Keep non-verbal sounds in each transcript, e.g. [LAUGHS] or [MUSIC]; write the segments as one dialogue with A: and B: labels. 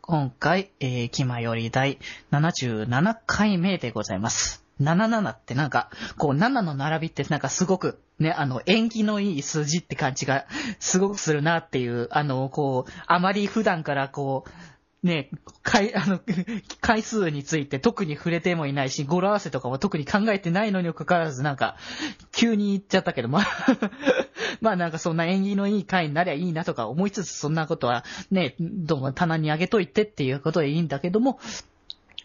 A: 今回、えー、気まより第77回目でございます。77ってなんか、こう7の並びってなんかすごく、ね、あの、縁起のいい数字って感じがすごくするなっていう、あの、こう、あまり普段からこう、ね、回、 [LAUGHS] あの、回数について特に触れてもいないし、語呂合わせとかも特に考えてないのにもかかわらず、なんか、急に言っちゃったけど、まあ、 [LAUGHS] まあなんかそんな縁起のいい回になりゃいいなとか思いつつ、そんなことはね、どうも棚にあげといてっていうことでいいんだけども、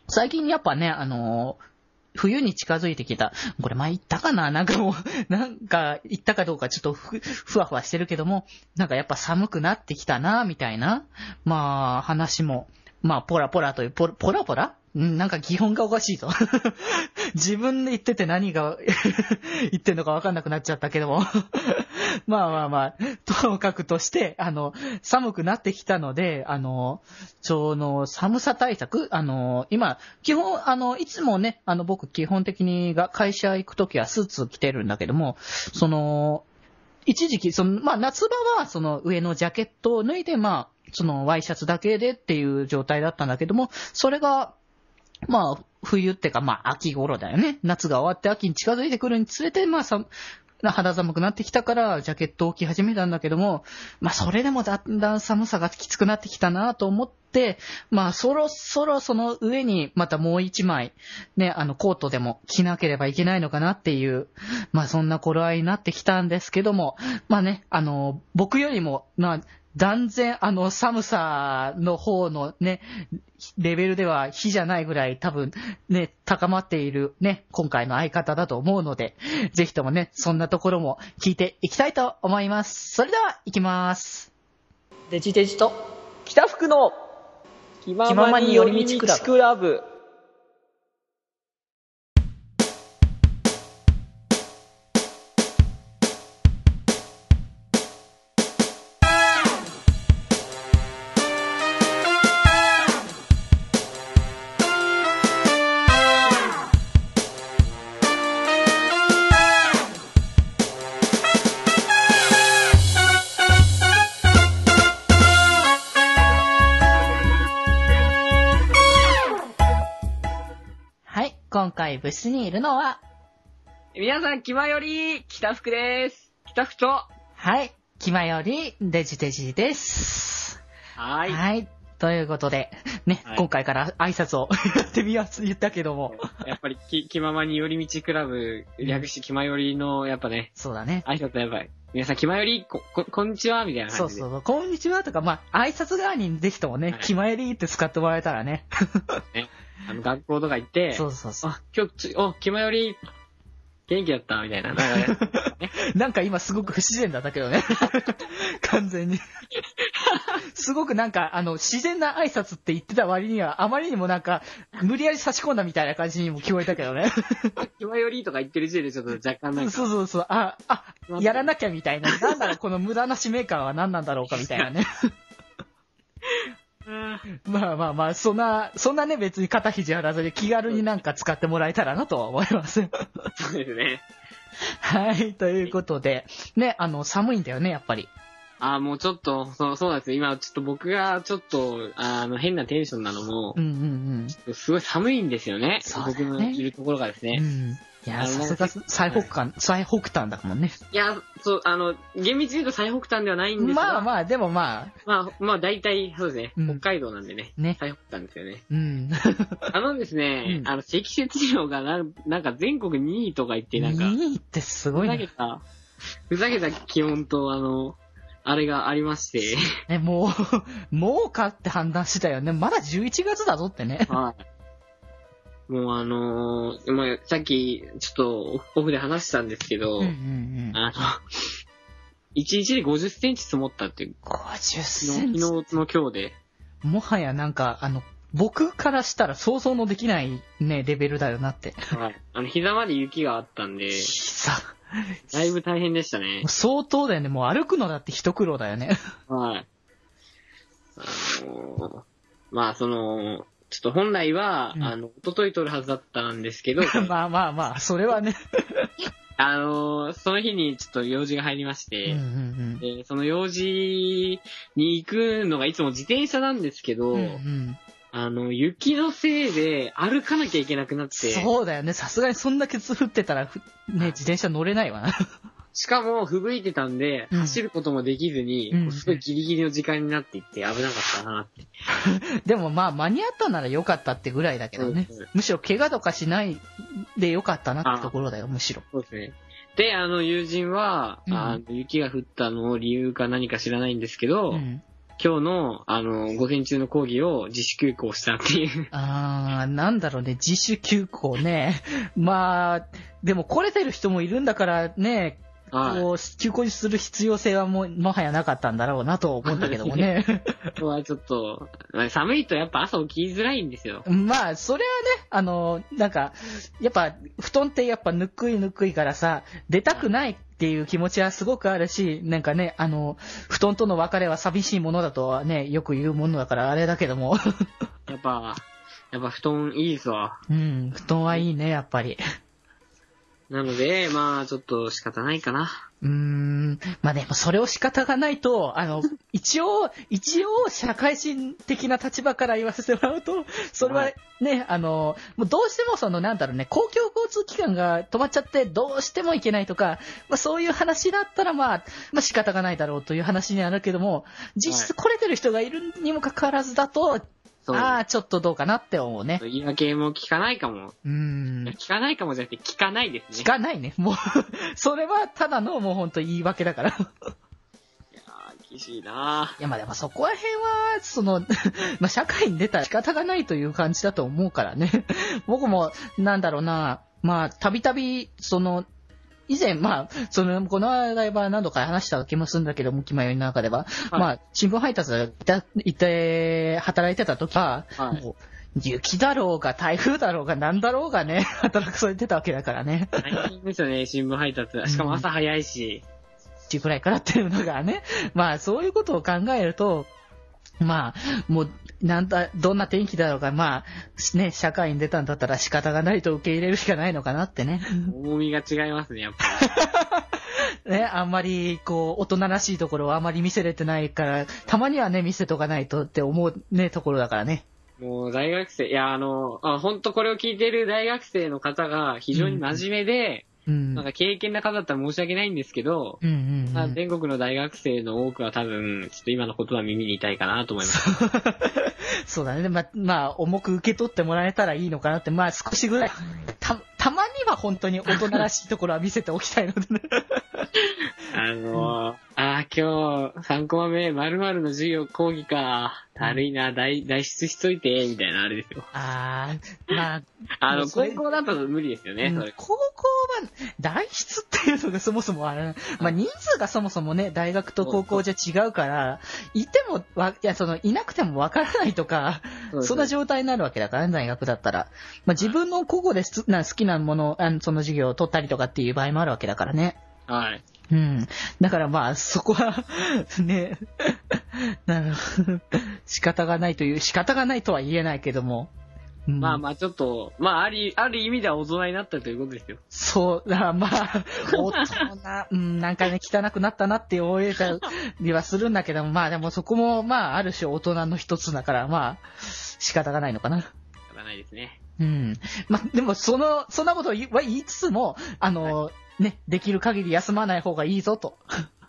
A: 最近やっぱね、あのー冬に近づいてきた。これ前言ったかななんかもう、 [LAUGHS] なんか言ったかどうかちょっとふ、ふわふわしてるけども、なんかやっぱ寒くなってきたな、みたいな、まあ話も、まあポラポラという、ポポラポラうんなんか基本がおかしいぞ。 [LAUGHS] 自分で言ってて何が [LAUGHS] 言ってんのかわかんなくなっちゃったけども。 [LAUGHS] まあまあまあ、ともかくとして、あの、寒くなってきたので、あの、その寒さ対策、あの、今、基本、あの、いつもね、あの、僕基本的にが会社行くときはスーツ着てるんだけども、その、一時期、その、まあ夏場はその上のジャケットを脱いで、まあ、そのワイシャツだけでっていう状態だったんだけども、それが、まあ、冬ってか、まあ、秋頃だよね。夏が終わって秋に近づいてくるにつれて、まあ、さ肌寒くなってきたから、ジャケットを着始めたんだけども、まあ、それでもだんだん寒さがきつくなってきたなと思って、まあ、そろそろその上に、またもう一枚、ね、あの、コートでも着なければいけないのかなっていう、まあ、そんな頃合いになってきたんですけども、まあね、あの、僕よりも、まあ、断然、あの、寒さの方のね、レベルでは比じゃないぐらい多分ね、高まっているね、今回の相方だと思うので、ぜひともね、そんなところも聞いていきたいと思います。それでは、行きます。デジデジと、
B: 北福の気ままに寄り道クラブ
A: はい、今回部室にいるのは、
B: 皆さん気まより北福です北福とは
A: はい、気まよりデジデジです。は
B: ーい
A: ということで、ね、
B: はい
A: 今回から挨拶を [LAUGHS] やってみます、言ったけども。
B: [LAUGHS] やっぱりき気ままに寄り道クラブ略して気まよりのやっぱね
A: そうだね。
B: 挨拶はやばい皆さん気まよりこここんにちはみたいな
A: そ
B: 感
A: う
B: じで
A: そうそう、こんにちはとか、まあ、挨拶代わりにぜひともね
B: は、い
A: 気まよりって使ってもらえたらね。
B: あの学校とか行って
A: そうそうそう。
B: あ今日ちお気まより元気だったみたいななんかね
A: なんか今すごく不自然だったけどね。完全に。すごくなんか、あの、自然な挨拶って言ってた割には、あまりにもなんか、無理やり差し込んだみたいな感じにも聞こえたけどね。
B: [LAUGHS] 気まよりとか言ってる時点でちょっと若干なんか
A: そうそうそう。あ、あ、やらなきゃみた
B: [LAUGHS]
A: いな。なんだろう、この無駄な使命感は何なんだろうかみたいなね。
B: うん
A: まあまあまあ、そんな、そんなね、別に肩肘張らずに気軽になんか使ってもらえたらなとは思います。
B: [LAUGHS] そうですね
A: はい、ということで、ね、あの、寒いんだよね、やっぱり。
B: あーもうちょっと、そうそうなんですよ。今、ちょっと僕が、ちょっと、あの、変なテンションなのも
A: う、んうん
B: すごい寒いんですよね。
A: そうだ
B: 僕
A: よね
B: のいるところがです
A: うん。
B: ね。
A: うん。いや、
B: あの
A: さすが最北端、最北端だもんね。
B: いや、そう、あの、厳密に言うと最北端ではないんですが、
A: まあ
B: まあ、
A: まあ、でもまあ、
B: まあ、大体、そうです
A: う
B: ね、
A: ん
B: 北海道なんでね。
A: ね。
B: 最北端ですよね。
A: うん。
B: あのですね、
A: うん
B: あの、積雪量がなん、なんか全国2位とか言って、なんか、
A: いいってすご
B: ふ
A: い
B: ざけ
A: ね。
B: た、ふざけた気温と、あの、あれがありまして、
A: ね、もう、 [LAUGHS] もうかって判断してたよね。まだ11月だぞってね。
B: はい。もうあのーまあ、さっき、ちょっと、オフで話したんですけど、
A: うんうんうん。
B: あの、1日で50センチ積もったっていう、
A: 50セ
B: 昨
A: ンチ。
B: 日昨日の今日で。
A: もはやなんか、あの、僕からしたら想像のできないね、レベルだよなって。
B: はい。あの、膝まで雪があったんで、
A: 膝。
B: だいぶ大変でしたね
A: もう。相当だよね。もう歩くのだって一苦労だよね。
B: はい。あのーまあ、その、ちょっと本来は、
A: うん [LAUGHS]
B: あの、一昨日撮るはずだったんですけど、
A: まあまあまあ、それはね。
B: あのーその日にちょっと用事が入りまし
A: うんう
B: て、
A: ん
B: でその用事に行くのがいつも自転車なんですけど、
A: うん。うんうん、
B: あの、雪のせいで歩かなきゃいけなくなって、
A: そうだよね。さすがにそんだけ降ってたら、ふね、自転車乗れないわ [LAUGHS] な。
B: しかも吹雪いてたんで、
A: うん
B: 走ることもできずに、
A: うん
B: すごいギリギリの時間になっていって危なかったなって。
A: でもまあ、間に合ったなら良かったってぐらいだけどね
B: そうです。
A: むしろ怪我とかしないで良かったなってところだよ、むしろ。
B: そうですね。で、あの、友人は、
A: うん
B: あの雪が降ったのを理由か何か知らないんですけど、
A: うん。
B: 今日の、あの、午前中の講義を自主休校したって
A: [LAUGHS]
B: いう。
A: あー、なんだろうね、自主休校ね。 [LAUGHS] まあ、でも来れてる人もいるんだからね、
B: はい。
A: こう、休校にする必要性はもう、もはやなかったんだろうなと思うんだけどもね。
B: [LAUGHS] ここはちょっと、寒いとやっぱ朝起きづらいんですよ。
A: まあ、それはね、あの、なんか、やっぱ、布団ってやっぱぬくいぬくいからさ、出たくないっていう気持ちはすごくあるし、なんかね、あの、布団との別れは寂しいものだとはね、よく言うものだからあれだけども。 [LAUGHS]
B: やっぱ、やっぱ布団いいですわ。
A: うん、布団はいいね、やっぱり。
B: なので、まあ、ちょっと仕方ないかな。
A: うーん、まあでもそれを仕方がないと、あの、 [LAUGHS] 一応、一応社会人的な立場から言わせてもらうと、それはね、あの、もうどうしてもそのなんだろうね、公共交通機関が止まっちゃってどうしても行けないとか、まあそういう話だったらまあ、まあ仕方がないだろうという話にはなるけども、実質来れてる人がいるにもかかわらずだと、
B: そう。
A: ああ、ちょっとどうかなって思うね。
B: 言い訳も聞かないかも。
A: うーん。
B: 聞かないかもじゃなくて、聞かないですね。
A: 聞かないね。もう、それはただのもうほんと言い訳だから。
B: いやー、厳しいない
A: や、まあでもそこら辺は、その、 [LAUGHS] まあ社会に出たら仕方がないという感じだと思うからね。 [LAUGHS] 僕も、なんだろうな、まあ、たびたび、その、以前、まあ、その、この間は何度か話した気もするんだけども、気まよりの中では、
B: はい
A: まあ、新聞配達でいたいて、働いてた時は、
B: ー。はい。
A: もう雪だろうが、台風だろうが、なんだろうがね、 [LAUGHS] 働くそれてたわけだからね。
B: 大変ですよね、新聞配達。しかも朝早いし。
A: っていうくらいからっていうのがね、 [LAUGHS] まあそういうことを考えると、まあ、もう、なんだ、どんな天気だろうが、まあ、ね、社会に出たんだったら仕方がないと受け入れるしかないのかなってね。 [LAUGHS]
B: 重みが違いますね、やっぱ
A: ね、あんまり、こう、大人らしいところをあまり見せれてないから、たまにはね、見せとかないとって思うね、ところだからね。
B: り。もう大学生、いや、あの、あ、ほんとこれを聞いてる大学生の方が非常に真面目で、
A: うん。
B: なんか経験な方だったら申し訳ないんですけど、
A: うんうん、
B: ま
A: う
B: あ
A: ん。
B: 全国の大学生の多くは多分、ちょっと今の言葉耳に痛いかなと思
A: [LAUGHS]
B: います。
A: そうだね。まあ、まあ、重く受け取ってもらえたらいいのかなって、まあ、少しぐらい。た、たまには本当に大人らしいところは見せておきたいのでね。
B: あのー、あー今日、3コマ目、〇〇の授業講義か。だるいな、代代出しといて、みたいなあれですよ。
A: [LAUGHS] ああ、まあ、
B: あ
A: も
B: の、
A: うそ
B: 高
A: れ
B: 校だと無理ですよね、
A: うん
B: それ。
A: 高校は、代筆っていうのがそもそもあれな、まあ人数がそもそもね、大学と高校じゃ違うから、いてもわ、いや、その、いなくてもわからないとか、
B: そうです
A: そんな状態になるわけだからね、大学だったら。まあ自分の高校ですな好きなもの、あのその授業を取ったりとかっていう場合もあるわけだからね。
B: はい。
A: うん。だからまあ、そこは、 [LAUGHS] ね、なの [LAUGHS] 仕方がないという、仕方がないとは言えないけども。うん
B: まあまあちょっと、まああり、ある意味では大人になったということですよ。
A: そう、だまあ、大人、うん、なんかね、汚くなったなって思えたりはするんだけども、まあでもそこも、まあ、ある種大人の一つだから、まあ、仕方がないのかな。
B: 仕方ないですね。
A: うん。まあ、でも、その、そんなことは言いつつも、あの、ね、できる限り休まない方がいいぞと。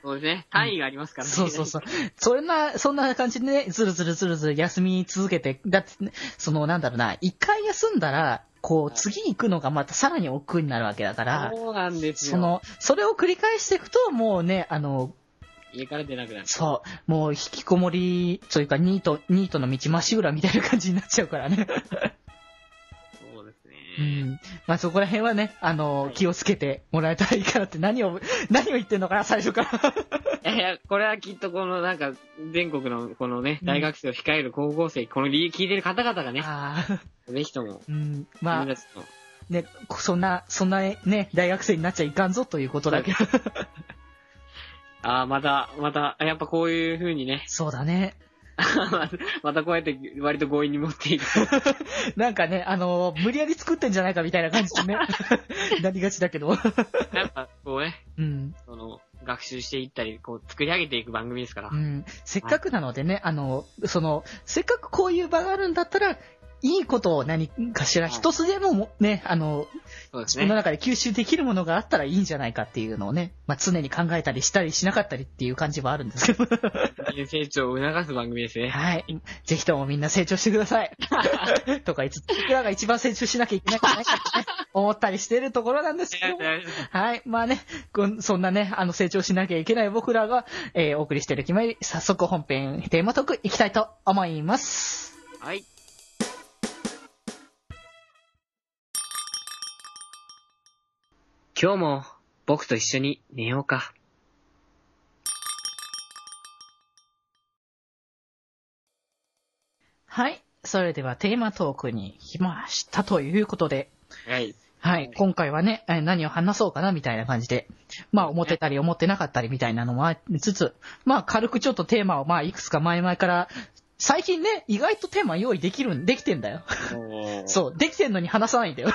B: そうですね。範囲がありますからね。
A: そうそうそう。そんな、そんな感じでね、ずるずるずるずる休み続けて、だってね、その、なんだろうな、一回休んだら、こう、次行くのがまたさらに億劫になるわけだから。
B: [LAUGHS] そうなんです
A: そ
B: よ。
A: の、それを繰り返していくと、もうね、あの、
B: 家から出なくなる。
A: そう、もう引きこもり、というか、ニート、ニートの道まっしぐらみたいな感じになっちゃうからね。
B: そうです
A: う
B: ね。
A: ん。まあそこら辺はね、あの、
B: はい
A: 気をつけてもらえたらいいかなって、何を、 [LAUGHS] 何を言ってんのかな、最初から。
B: いやいや、これはきっとこのなんか、全国のこのね、大学生を控える高校生、この理由聞いてる方々がね、
A: ああ、
B: ぜひとも、
A: うん。ま
B: 友
A: あ、
B: 達と、
A: ね、そんな、そんな、ね、大学生になっちゃいかんぞということだけど。
B: ああ、また、また、やっぱこういう風にね、 [LAUGHS]
A: そうだね。
B: またこうやって割と強引に持って
A: [LAUGHS]
B: いく。
A: なんかね、あのー無理やり作ってんじゃないかみたいな感じ
B: [LAUGHS]
A: でね、 [LAUGHS] なりがちだけど。
B: やっぱこうね、
A: うん。
B: その、学習していったり、こう作り上げていく番組ですから
A: う。ん。せっかくなのでね、あの、その、せっかくこういう場があるんだったら、いいことを何かしら
B: はい
A: 一つでももね、あの、
B: そうです
A: 自分の
B: ね。
A: 中で吸収できるものがあったらいいんじゃないかっていうのをね、まあ、常に考えたりしたりしなかったりっていう感じはあるんですけど。
B: 人間成長を促す番組ですね。
A: はい。ぜひともみんな成長してください。とか、いつ、僕らが一番成長しなきゃいけないんじゃないかってね、思ったりしてるところなんですけど
B: [LAUGHS]
A: も。はい。まあね、こんそんなね、あの、成長しなきゃいけない僕らが、えーお送りしてる決まり、早速本編テーマトークいきたいと思います。
B: はい。今日も僕と一緒に寝ようか。
A: はい。それではテーマトークに来ましたということで、
B: [LAUGHS] はい。
A: はい。今回はね、えー何を話そうかなみたいな感じで、まあ思ってたり思ってなかったりみたいなのもありつつ、まあ軽くちょっとテーマをまあいくつか前々から、最近ね、意外とテーマ用意できるん、できてんだよ。
B: う。
A: そう、できてんのに話さないんだよ。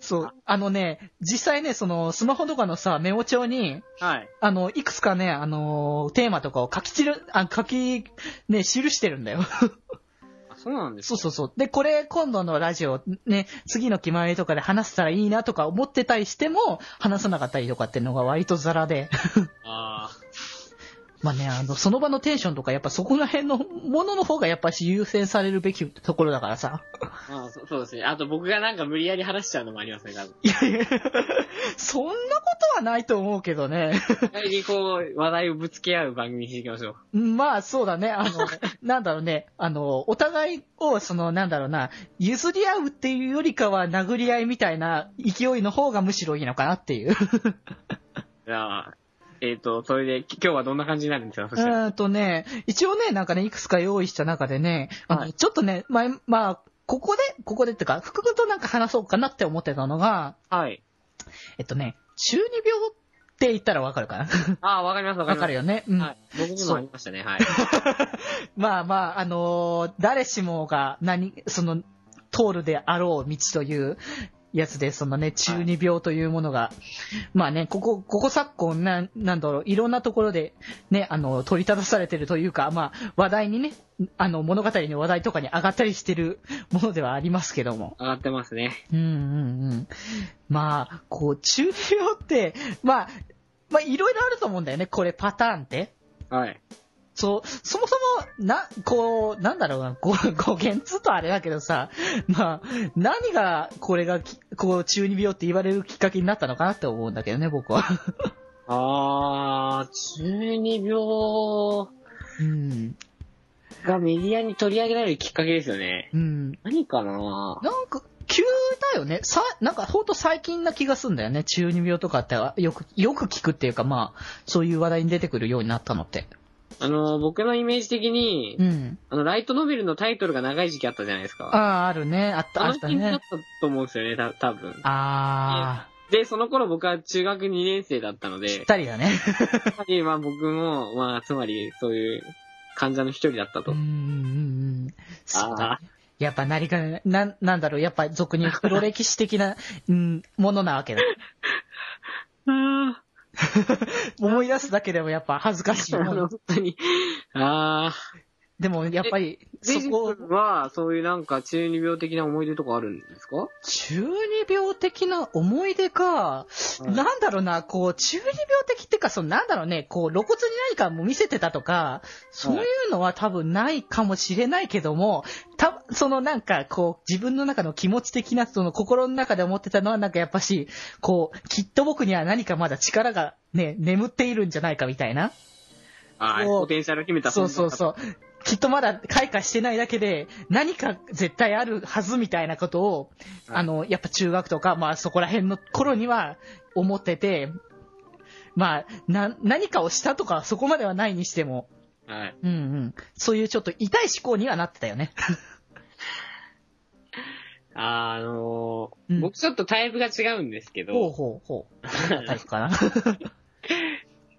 A: そう、あのね、実際ね、その、スマホとかのさ、メモ帳に、
B: はい。
A: あの、いくつかね、あのーテーマとかを書き散る、あ、書き、ね、記してるんだよ。
B: あ、そうなんです
A: そうそうそう。で、これ、今度のラジオ、ね、次の決まりとかで話せたらいいなとか思ってたりしても、話さなかったりとかっていうのが割とザラで。
B: あ
A: まあね、あの、その場のテンションとか、やっぱそこら辺のものの方がやっぱし優先されるべきところだからさ。
B: ーまあ。そ [LAUGHS] そうですね。あと僕がなんか無理やり話しちゃうのもありますね、多分。
A: いやいや、そんなことはないと思うけどね。 [LAUGHS]
B: 互いにこう、話題をぶつけ合う番組にしていきましょう。
A: まあ、そうだね。あ
B: [LAUGHS]
A: の、なんだろうね。あの、お互いを、その、なんだろうな、譲り合うっていうよりかは、殴り合いみたいな勢いの方がむしろいいのかなっていう。
B: じゃあ、えっ、と、それで、き今日はどんな感じになるんですかそうしたら。
A: ーんとね、一応ね、なんかね、いくつか用意した中でね、あの、
B: はい
A: ちょっとね、まあ、まあ、ここで、ここでってか、福君となんか話そうかなって思ってたのが、
B: はい。
A: えっとね、中二病って言ったらわかるかな
B: ああ、わかります、わか
A: わか
B: ります。
A: るよね。うん。
B: はい。僕にもありましたね、 [LAUGHS] はい。
A: まあまあ、あのー誰しもが何、その、通るであろう道というやつで、そのね、中二病というものが、まあね、ここ、ここ昨今、なん、なんだろう、いろんなところで、ね、あの、取り立たされてるというか、まあ、話題にね、あの、物語の話題とかに上がったりしてるものではありますけども。
B: 上がってますね。
A: うんうんうん。まあ、こう、中二病って、まあ、まあ、いろいろあると思うんだよね、これ、パターンって。
B: はい。
A: そう、そもそも、な、こう、なんだろうな、語語源っつうとあれだけどさ、まあ、何が、これがき、こう、中二病って言われるきっかけになったのかなって思うんだけどね、僕は。
B: ああ、中二病
A: うん。
B: がメディアに取り上げられるきっかけですよね。
A: うん。
B: 何かな
A: なんか、急だよね。さ、なんか、ほんと最近な気がすんだよね。中二病とかって、よく、よく聞くっていうか、まあ、そういう話題に出てくるようになったのって。
B: あの、僕のイメージ的に、
A: うん。
B: あの、ライトノベルのタイトルが長い時期あったじゃないです
A: あ
B: か。
A: あ、あるね。あった、あ
B: あの
A: った
B: 時期だ
A: ね
B: っ。たと思うんですよね、た多分
A: ああ、
B: で、その頃僕は中学2年生だったの
A: ぴっ [LAUGHS]
B: で、
A: たりだね。
B: やっぱりまあ僕も、まあつまりそういう患者の一人だった
A: う
B: と
A: んう。んうんうん。そうだ
B: あ
A: ね。やっぱ何か、なん、なんだろう、やっぱ俗
B: [LAUGHS]
A: に言う黒歴史的な、うん、ものなわけだ。
B: あ
A: 思い出すだけでもやっぱ恥ずかしい
B: [LAUGHS] あ、
A: もの。
B: 本当に。ああ。
A: でもやっぱり、そ
B: そ
A: こ
B: こ、は、そういうなんか中二病的な思い出とかあるんですか
A: 中二病的な思い出か、なんだろうな、こう、中二病的ってか、そのなんだろうね、こう、露骨に何かも見せてたとか、そういうのは多分ないかもしれないけども、た、そのなんか、こう、自分の中の気持ち的な、その心の中で思ってたのは、なんかやっぱし、こう、きっと僕には何かまだ力がね、眠っているんじゃないかみたいな。
B: ああ、
A: そう
B: ポテンシャルを秘めた
A: そうそうそう。きっとまだ開花してないだけで、何か絶対あるはずみたいなことを、
B: はい
A: あの、やっぱ中学とか、まあそこら辺の頃には思ってて、まあ、な、何かをしたとかそこまではないにしても、
B: う。はい。
A: うんうん。そういうちょっと痛い思考にはなってたよね。
B: あの
A: うん
B: ー、僕ちょっとタイプが違うんですけ
A: ほう
B: ど、
A: ほうほう。タイプかな。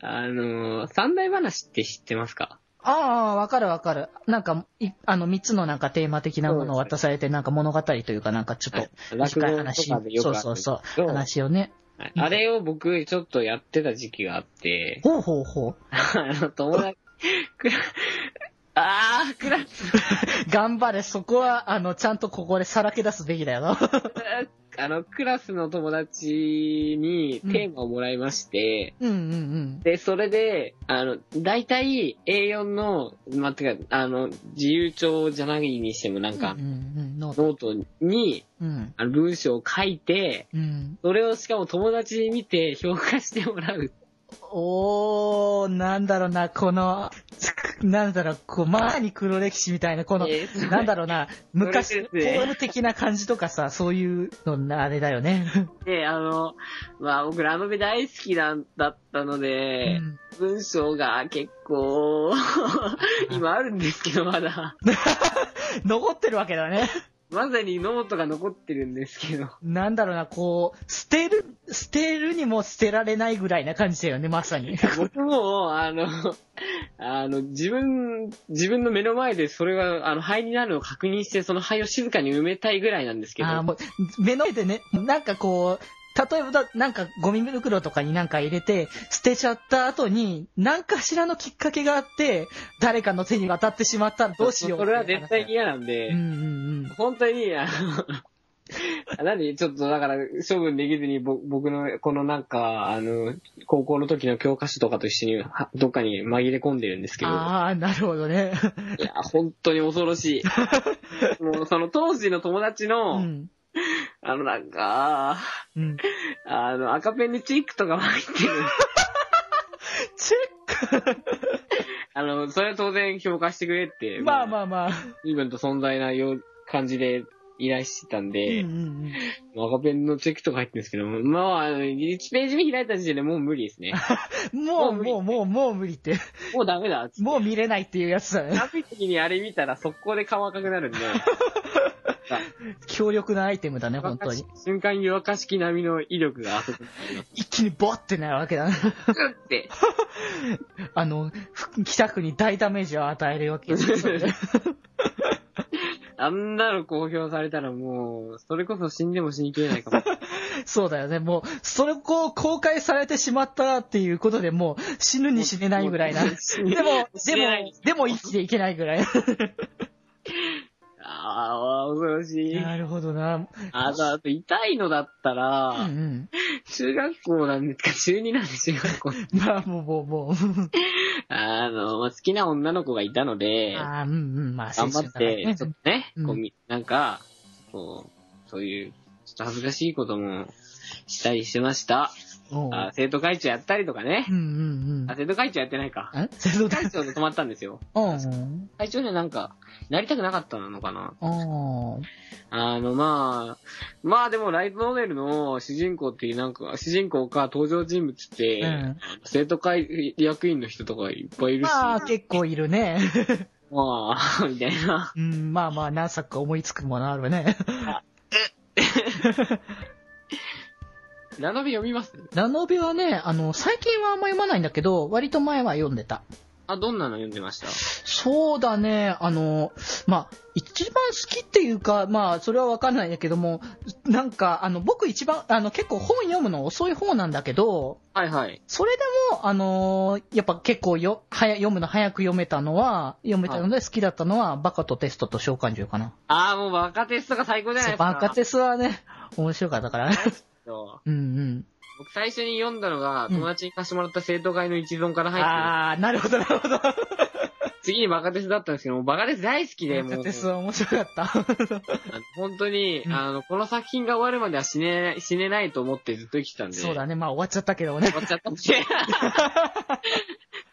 B: あのー、三大話って知ってますか
A: [LAUGHS] ああ、わかるわかる。なんか、いあの、三つのなんかテーマ的なものを渡されて、なんか物語というか、なんかちょっと、
B: 落
A: 短い
B: 語と
A: 話
B: かでよ、く
A: そ
B: あ
A: う
B: る
A: そうそうう、話をね。
B: あれを僕、ちょっとやってた時期があって、
A: ほうほうほう。
B: あの、友達、くら、あー、クラス、
A: 頑張れ、そこは、あの、ちゃんとここでさらけ出すべきだよな。
B: あの、クラスの友達にテーマをもらいまして、
A: うんうんうん。
B: で、それで、あの、大体 A4 の、まあ、てか、あの、自由帳じゃないにしてもなんか
A: うん、うん、ノート。
B: ノートに、
A: うん。
B: あの、文章を書いて、
A: うん。
B: それをしかも友達に見て評価してもらう。
A: おー、なんだろうな、この、 [LAUGHS] なんだろう、こう、前に黒歴史みたいな、この、
B: えーそれ
A: なんだろうな、昔、
B: そ
A: ポ
B: れですね
A: ール的な感じとかさ、そういうのな、あれだよね。
B: で、あの、まあ、僕ラノベ大好きなんだったので、
A: うん
B: 文章が結
A: [LAUGHS]
B: 構、今あるんですけど、まだ。
A: 残ってるわけだね。
B: まさにノートが残ってるんですけど。
A: なんだろうな、こう、捨てる、捨てるにも捨てられないぐらいな感じだよね、まさに。
B: 僕も、あの、あの、自分、自分の目の前でそれが、あの、灰になるのを確認して、その灰を静かに埋めたいぐらいなんですけど。
A: あーもう、目の前でね、なんかこう、例えばだ、なんかゴミ袋とかになんか入れて、捨てちゃった後に、何かしらのきっかけがあって、誰かの手に渡ってしまったらどうしよう。
B: それは絶対に。嫌なんで、
A: うんうん
B: 本当に、あの、 [LAUGHS] なんで、ちょっとだから、処分できずに、ぼ僕の、このなんか、あの、高校の時の教科書とかと一緒に、はどっかに紛れ込んでるんです
A: う
B: け
A: ん。
B: ど、い
A: ああ、なるほどね。
B: や、本当に恐
A: [LAUGHS]
B: ろしい。もう、その当時の友達
A: う
B: の、
A: ん。
B: あの、なんか、
A: うん。
B: あの、赤ペンにチェックとかも入ってる。
A: チェッ
B: あの、それは当然評価してくれって、
A: クまあ
B: あ、
A: まあまあ。
B: 随分と存在なよう感じで依頼してたん
A: うん
B: で、
A: うんうん。
B: 赤ペンのチェックとか入ってるんですけど、まあ、あの1ページ目開いた時点でもう無理
A: [LAUGHS]
B: ですね。
A: もう、
B: もう無理
A: もう、もう、もう無理って。
B: もうダメだ。
A: もう見れないっていうやつだね。
B: [LAUGHS] 寒い時にあれ見たら速攻で顔赤くなるんで、
A: 強力なアイテムだね、本当に。
B: 瞬間湯沸かしき並みの威力があそこにあります。
A: 一気にボってなるわけだ。
B: グッて。
A: あの、ふ北区に大ダメージを与えるわけですよね。
B: あんなの公表されたらもう、それこそ死んでも死にきれないかも。
A: そうだよね。もう、それをこう公開されてしまったっていうことでもう死 [LAUGHS] ぬに死ねないぐらいな。で
B: 死
A: も、
B: に
A: でも
B: 死ねない、
A: でも生きていけないぐらい。
B: ああ、恐ろしい。
A: [LAUGHS] なるほどな。
B: あと、あと、痛いのだった
A: うんう
B: ら、
A: ん。
B: 中学校なんですか、中2なんで中学校。
A: まあ、もう、もう、もう。
B: あの、まあ好きな女の子がいたので、
A: ああ、うんうん。まあ、
B: 頑張
A: 青春だから
B: って、ちょっとね、
A: うん
B: こうみなんか、こう、そういう、ちょっと恥ずかしいこともしたりしてました。
A: おう
B: あ生徒会長やったりとかね
A: う。んうんうん。
B: あ、生徒会長やってないか。
A: ん生徒
B: 会
A: 会
B: 長で止まったんですよ。
A: うん。
B: 会長にはなんか、なりたくなかったのかな。
A: うん。
B: あの、まあ、まあでも、ライトノベルの主人公っていう、なんか、主人公か登場人物って、
A: うん
B: 生徒会役員の人とかいっぱいいるし、
A: まあ、結構いるね。
B: まあ、 [LAUGHS] みたいな。
A: うん、まあまあ、何作か思いつくものあるわね。
B: ラノベ読みます
A: ラノベはね、あの、最近はあんま読まないんだけど、割と前は読んでた。
B: あ、どんなの読んでました
A: そうだね、あの、まあ、一番好きっていうか、まあ、それはわかんないんだけども、なんか、あの、僕一番、あの、結構本読むの遅い方なんだけど、
B: はいはい。
A: それでも、あのやっぱ結構よ、早、読むの早く読めたのは、読めたので好きだったのは、バカとテストと召喚獣かな。
B: ああ、もう若手とか最高じゃ
A: そ
B: ない
A: う
B: ですか。
A: バカテスはね、面白かったからね。
B: そう
A: うんうん。
B: 僕最初に読んだのが、
A: うん
B: 友達に貸してもらった生徒会の一存から入って
A: あー、なるほど、なるほど。
B: る、次にバカテスだったんですけど、もうバカテス大好きで、
A: バ
B: も
A: [LAUGHS]
B: う、
A: カテスは面白かった。
B: あの本当に、
A: うん
B: あの、この作品が終わるまでは死ね、死ねないと思ってずっと生きてたんで。
A: そうだね、まあ終わっちゃったけどね [LAUGHS]
B: 終。わっちゃったんで。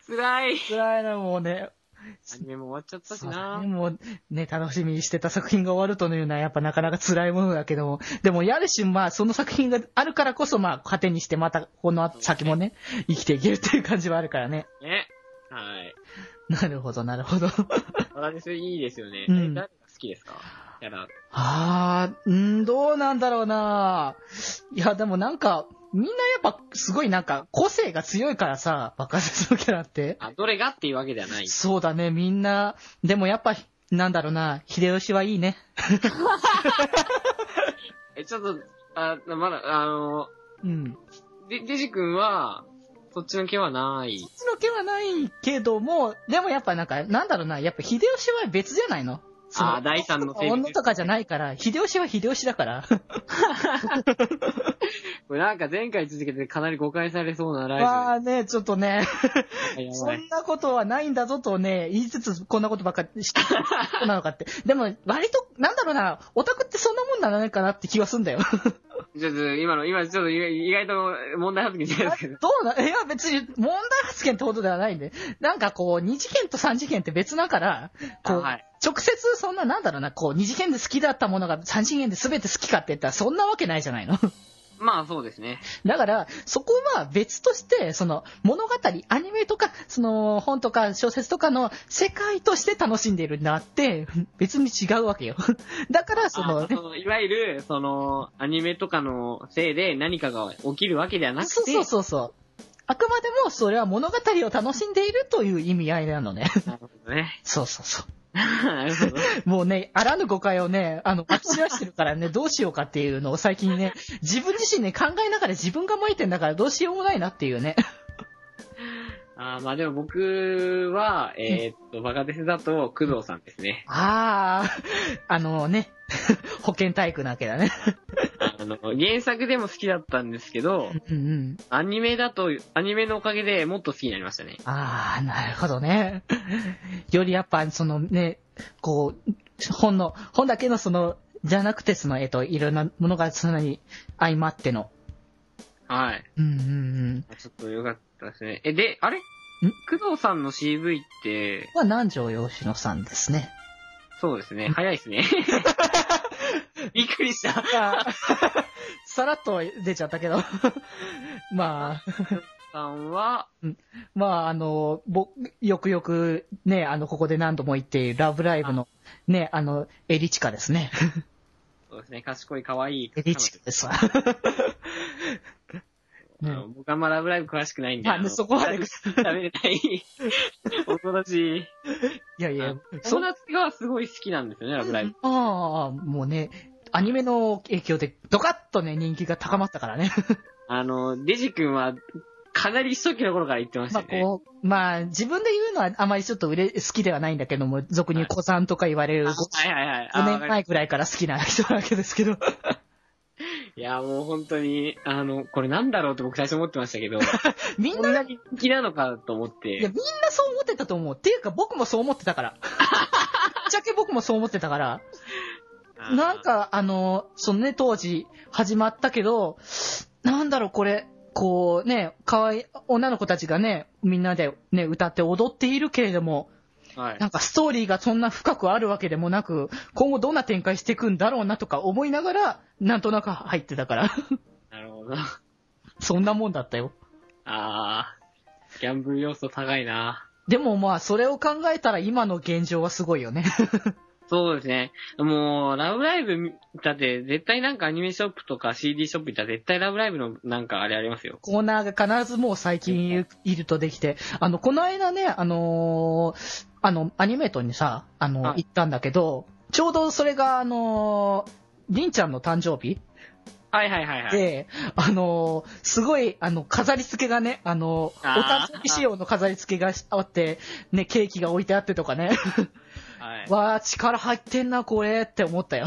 B: 辛
A: [LAUGHS]
B: い。
A: 辛いな、もうね。
B: アニメも終わっちゃったし
A: そうだ
B: な
A: ね、。もうね、楽しみにしてた作品が終わるというのはやっぱなかなか辛いものだけども、でもやるし、まあその作品があるからこそ、まあ糧にしてまたこの先もね、生きていけるっていう感じはあるからね。
B: ね。はい。
A: なるほど、なるほど。
B: バカテスいいですよね。
A: うん
B: え誰が好きですかキャラ。
A: あー、んーどうなんだろうなぁいや、でもなんか、みんなやっぱすごいなんか個性が強いからさ、爆発のキャラって。
B: あ、どれがっていうわけではない。
A: そうだね、みんな。でもやっぱ、なんだろうな、秀吉はいいね。
B: え、ちょっと、あ、まだ、あの、
A: うん。
B: で、デジ君は、そっちの毛はない。
A: そっちの気はないけども、でもやっぱなんか、なんだろうな、やっぱ秀吉は別じゃないの。その
B: あー第三の性別
A: 女とかじゃないから、秀吉は秀吉だから。
B: これなんか前回続けてかなり誤解されそうな
A: ま
B: ライ
A: あね、ちょっとね、
B: ブで。や
A: そ
B: ばい。
A: んなことはないんだぞとね、言いつつこんなことばっかりして、そうなのかって。でも、割と、なんだろうな、オタクってそんなもんなのかなって気はすん
B: [LAUGHS]
A: だよ。
B: ちょっと、今の、今ちょっと意外と問題発言じゃないですけど。
A: どうな、いや別に問題発言ってことではないんで、なんかこう、二次元と三次元って別だから、こ
B: あ
A: う、
B: はい。
A: 直接そんな、なんだろうな、こう、二次元で好きだったものが三次元で全て好きかって言ったら、そんなわけないじゃないの。 [LAUGHS]
B: まあそうですね。
A: だから、そこは別として、その、物語、アニメとか、その、本とか小説とかの世界として楽しんでいるんだって、 [LAUGHS] 別に違うわけよ。 [LAUGHS] だから、そ
B: あ
A: の、
B: そのいわゆる、その、アニメとかのせいで何かが起きるわけではなくて、
A: そうそうそうそう。あくまでも、それは物語を楽しんでいるという意味合いなのね。 [LAUGHS]
B: なるほどね。 [LAUGHS]
A: そうそうそう。
B: なるほど。
A: もうね、あらぬ誤解をね、あの、まき散らしてるから [LAUGHS] ね、どうしようかっていうのを最近ね、自分自身ね、考えながら自分が巻いてんだからどうしようもないなっていうね。
B: あーまあでも僕は、えーっと、バカデスだと工藤さんですね。
A: [LAUGHS] あー、あのね、 [LAUGHS] 保健体育なわけだね。
B: あの、原作でも好きだったんですけど、
A: うんうん。
B: アニメだと、アニメのおかげでもっと好きになりましたね。
A: あー、なるほどね。よりやっぱ、そのね、こう、本の、本だけのその、じゃなくてその、えっと、いろんなものがそんなに相まっての。
B: はい。
A: うんうんうん。
B: ちょっとよかったですね。え、で、あれ工藤さんの CV って、
A: は南條義野さんですね。
B: そうです
A: [LAUGHS]
B: ね。早いですね。 [LAUGHS] びっくりした。
A: まあ [LAUGHS] さらっと出ちゃったけど。 [LAUGHS] まあ、
B: さんは、
A: まあ、あの、僕、よくよく、ね、あの、ここで何度も言っている、ラブライブの、ね、あの、エリチカです
B: [LAUGHS]
A: ね。
B: そうですね。賢い、可愛い。
A: エリチカ
B: [LAUGHS]
A: ですわ。
B: あ
A: ね
B: の僕はあんまラブライブ詳しくないんで。
A: まあね、そこまで。い
B: 食べれ
A: [LAUGHS]
B: ない。お友達。
A: やいや
B: あ、
A: そ
B: 友
A: んな、
B: 達がすごい好きなんですよね、ラブライブ。
A: ああ、もうね、アニメの影響でドカッとね、人気が高まったからね。
B: あの、デジ君は、かなり初期の頃から言ってまし
A: ま
B: た
A: あ
B: よね。
A: こう、まあ自分で言うのはあまりちょっとうれ好きではないんだけども、俗に子さんとか言われる、
B: あはいはいはい。あ
A: 5
B: わか
A: 年
B: り
A: 前ぐらいから好きな人なわけですけど。
B: いや、もう本当に、あの、これなんだろうって僕最初思ってましたけど、
A: みん
B: こ
A: な、
B: ん
A: い
B: なに人気なのかと思っ
A: や、み
B: て。
A: んなそう思ってたと思う。っていうか、僕もそう思ってたから。ぶっちゃけ僕もそう思ってたから。
B: あー
A: なん、か、あの、そのね、当時、始まったけど、なんだろう、これ、こうね、可愛い女の子たちがね、みんなでね、歌って踊っているけれども、
B: はい。
A: なんかストーリーがそんな深くあるわけでもなく、今後どんな展開していくんだろうなとか思いながら、なんとなく入ってたから、 [LAUGHS]
B: なるほど。 [LAUGHS]
A: そんなもんだったよ。
B: あー、ギャンブル要素高いな。
A: でもまあ、それを考えたら今の現状はすごいよね。
B: そうですね。もう、ラブライブ、だって、絶対なんかアニメショップとか CD ショップ行ったら絶対ラブライブのなんかあれありますよ。
A: コーナーが必ずもう最近いるいるとできて、あの、この間ね、あのーあの、アニメートにさ、あの、
B: はい
A: 行ったんだけど、ちょうどそれが、あのー、りんちゃんの誕生日
B: はいはいはいはい。
A: で、あのーすごい、あの、飾り付けがね、あのーお
B: あー
A: 誕生日仕様の飾り付けがあって、ね、ケーキが置いてあってとかね、
B: はい。
A: わー、力入ってんな、これって思ったよ。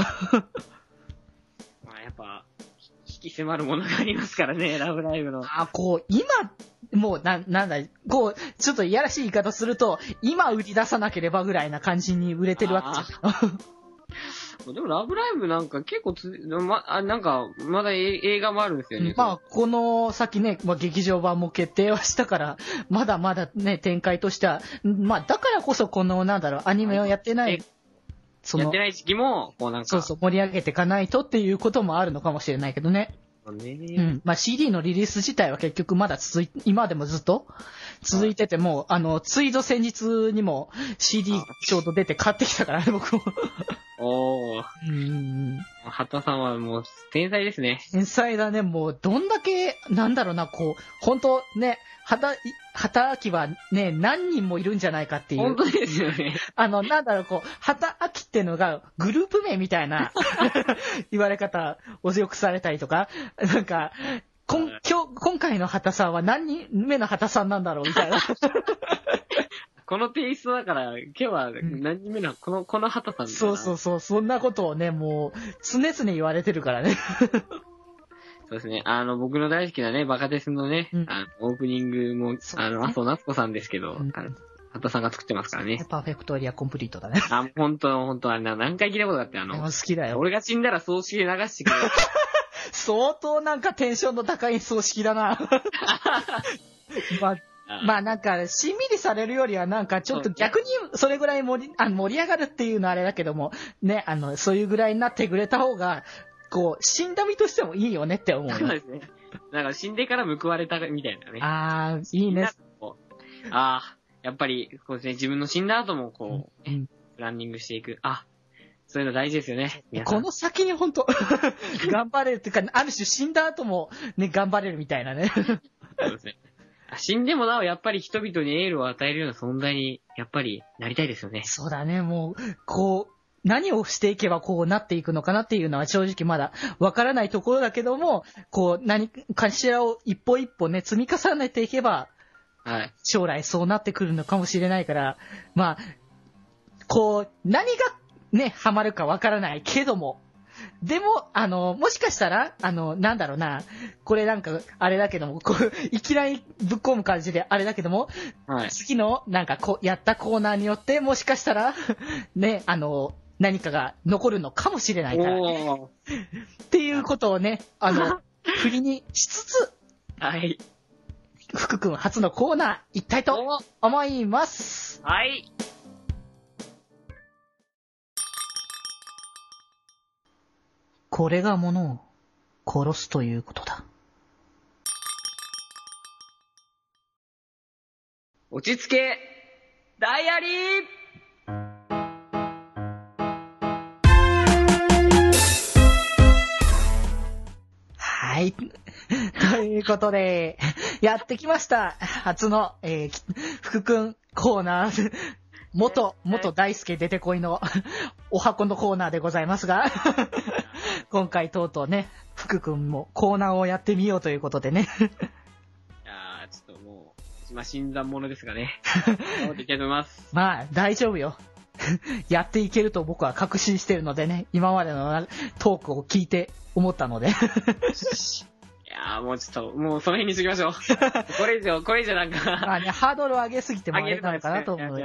B: まあやっぱ、引き迫るものがありますからね、 [LAUGHS] ラブライブの。
A: あ、こう、今、もう、な、なんだ、こう、ちょっといやらしい言い方すると、今売り出さなければぐらいな感じに売れてるわけじゃん。
B: でも、ラブライブなんか結構つ、ま、あなんか、まだえ映画もあるんですよね。
A: まあ、この先ね、まあ、劇場版も決定はしたから、まだまだね、展開としては、まあ、だからこそこの、なんだろう、アニメをやってな
B: え
A: い、そ
B: やっ
A: の
B: て、ない時期も、こうなんか、
A: そうそう、盛り上げていかないとっていうこともあるのかもしれないけどね。
B: ね、
A: うん。まあ、CD のリリース自体は結局まだ続い、今でもずっと続いてて、もう、あの、ついぞ先日にも CD ちょうど出て買ってきたからね、僕も。
B: おー。
A: うん。
B: ハタさんはもう、天才ですね。
A: 天才だね、もう、どんだけ、なんだろうな、こう、本当ね、働き、働きはね、何人もいるんじゃないかってい
B: 本
A: う。
B: 当ですよね。
A: あの、なんだろう、こう、働きってのが、グループ名みたいな、 [LAUGHS] 言われ方をよくされたりとか、なんか、こん今日、今回の畑さんは何人目の畑さんなんだろうみたいな。
B: [LAUGHS] このテイストだから、今日は何人目の、この、このハタさんだな
A: そうそうそう、そんなことをね、もう、常々言われてるからね。
B: そうですね。あの、僕の大好きなね、バカデスのね、
A: うん
B: あのオープニングも、
A: そう
B: あ
A: ね
B: の、麻生夏子さんですけど、
A: うん
B: あの、ハタさんが作ってますからね。
A: パーフェクトエリアコンプリートだね。
B: あ、本当本当あれな、何回聞いたことがあって、あ
A: でも
B: の
A: 好、きだよ。
B: 俺が死んだら葬式で流してくれ。
A: 相当なんかテンションの高い葬式だな。まあ、 [LAUGHS] まあなんか、しんみりされるよりはなんかちょっと逆にそれぐらい盛りあ盛り上がるっていうのはあれだけども、ね、あの、そういうぐらいになってくれた方が、こう、死んだ身としてもいいよねって思う
B: そう
A: よ。
B: ですね。だから死んでから報われたみたいなね。
A: あー、いいね。
B: こう。ああ、やっぱり、こうですね、自分の死んだ後もこう、
A: うん
B: プランニングしていく。あ、そういうの大事ですよね。皆さ
A: こ
B: ん。
A: の先に本当 [LAUGHS] 頑張れるっていうか、ある種死んだ後もね、頑張れるみたいなね。
B: そうですね。あ死んでもなお、やっぱり人々にエールを与えるような存在に、やっぱりなりたいですよね。
A: そうだね、もう、こう、何をしていけばこうなっていくのかなっていうのは正直まだわからないところだけども、こう、何かしらを一歩一歩ね、積み重ねていけば、
B: はい。
A: 将来そうなってくるのかもしれないから、まあ、こう、何がね、ハマるかわからないけども、でも、あの、もしかしたら、あの、なんだろうな、これなんか、あれだけども、こう、いきなりぶっ込む感じであれだけども、
B: はい。
A: 次の、なんかこう、やったコーナーによって、もしかしたら、ね、あの、何かが残るのかもしれないから、っ
B: おー。
A: ていうことをね、あ
B: [LAUGHS]
A: の、振りにしつつ、
B: はい。
A: 福くん初のコーナー、行きたいと
B: おー
A: 思います。
B: はい。
A: これが物を殺すということだ。
B: 落ち着け、ダイアリー
A: はい。 [LAUGHS] ということで、やってきました。初の、えーき福くんコーナー。元、元大輔出てこいのお箱のコーナーでございます [LAUGHS] が、今回とうとうね、福くんもコーナーをやってみようということでね。 [LAUGHS]
B: あー、ちょっともう、まあ、新参者ですがね。頑張っていきたいと思います。
A: まあ、大丈夫よ。 [LAUGHS] やっていけると僕は確信してるのでね、今までのなトークを聞いて思ったので。
B: いやー、もうちょっと、もうその辺にしときましょう。これ以上、これ以上なん
A: [LAUGHS] ま
B: か、
A: あね、ハードルを上げすぎてもあれなのかなと思う。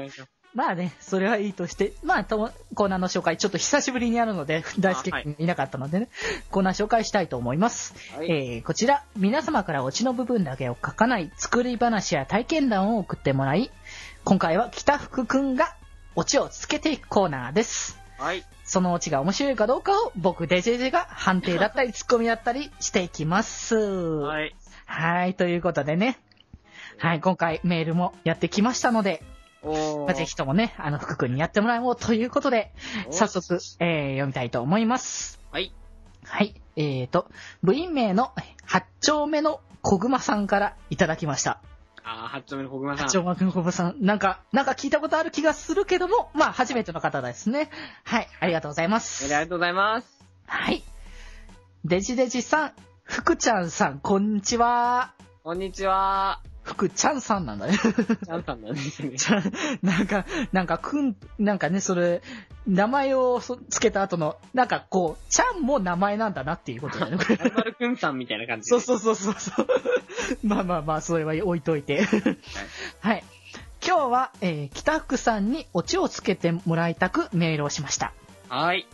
A: まあね、それはいいとして、まあ、ともコーナーの紹介、ちょっと久しぶりにやるので、大輔君いなかったのでね、コーナー紹介したいと思います。
B: はい、
A: えーこちら、皆様からオチの部分だけを書かない作り話や体験談を送ってもらい、今回は北福くんがオチをつけていくコーナーです。
B: はい。
A: そのオチが面白いかどうかを僕、デジェジェが判定だったり、ツッコミだったりしていきます。はい。
B: はい。
A: はい、ということでね。はい、今回メールもやってきましたので、
B: お
A: まあぜひともね、あの、福君にやってもらおうということで、早速、えー読みたいと思います。
B: はい。
A: はい。えーと、部員名の8丁目の小熊さんからいただきました。
B: あー、八丁目の小熊さん。
A: 8丁目の小熊さん、なんか、なんか聞いたことある気がするけども、まあ、初めての方ですね。はい。ありがとうございま
B: えーあ
A: す
B: り。がとうございます。
A: はい。デジデジさん、福ちゃんさん、こんにちは。
B: こんにちは。
A: 福ちゃんさんなんだね。
B: チャンさんなんですね。
A: ちゃ [LAUGHS] なんか、なんか、くん、なんかね、それ、名前をそつけた後の、なんかこう、ちゃんも名前なんだなっていうことだよね。これ
B: アルバルくんさんみたいな感じ
A: [LAUGHS]
B: で。
A: そうそうそうそうそう。まあまあまあ、それは置いといて。はい。今日は、えー北福さんにオチをつけてもらいたくメールをしました。
B: はい。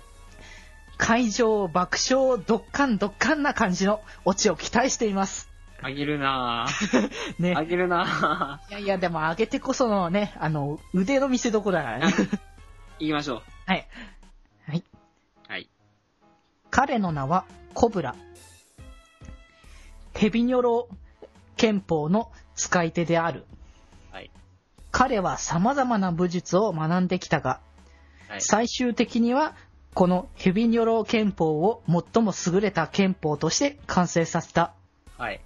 A: 会場爆笑ドッカンドッカンな感じのオチを期待しています。
B: あげるなぁ。
A: ね。 [LAUGHS]
B: あげるない
A: やいや、でも上げてこそのね、あの、腕の見せ所だからね。
B: ぁ。行きましょう。
A: はい。はい。
B: はい。
A: 彼の名はコブラ。ヘビニョロ憲法の使い手である。
B: はい。
A: 彼は様々な武術を学んできたが、
B: はい。
A: 最終的にはこのヘビニョロ憲法を最も優れた憲法として完成させた。
B: はい。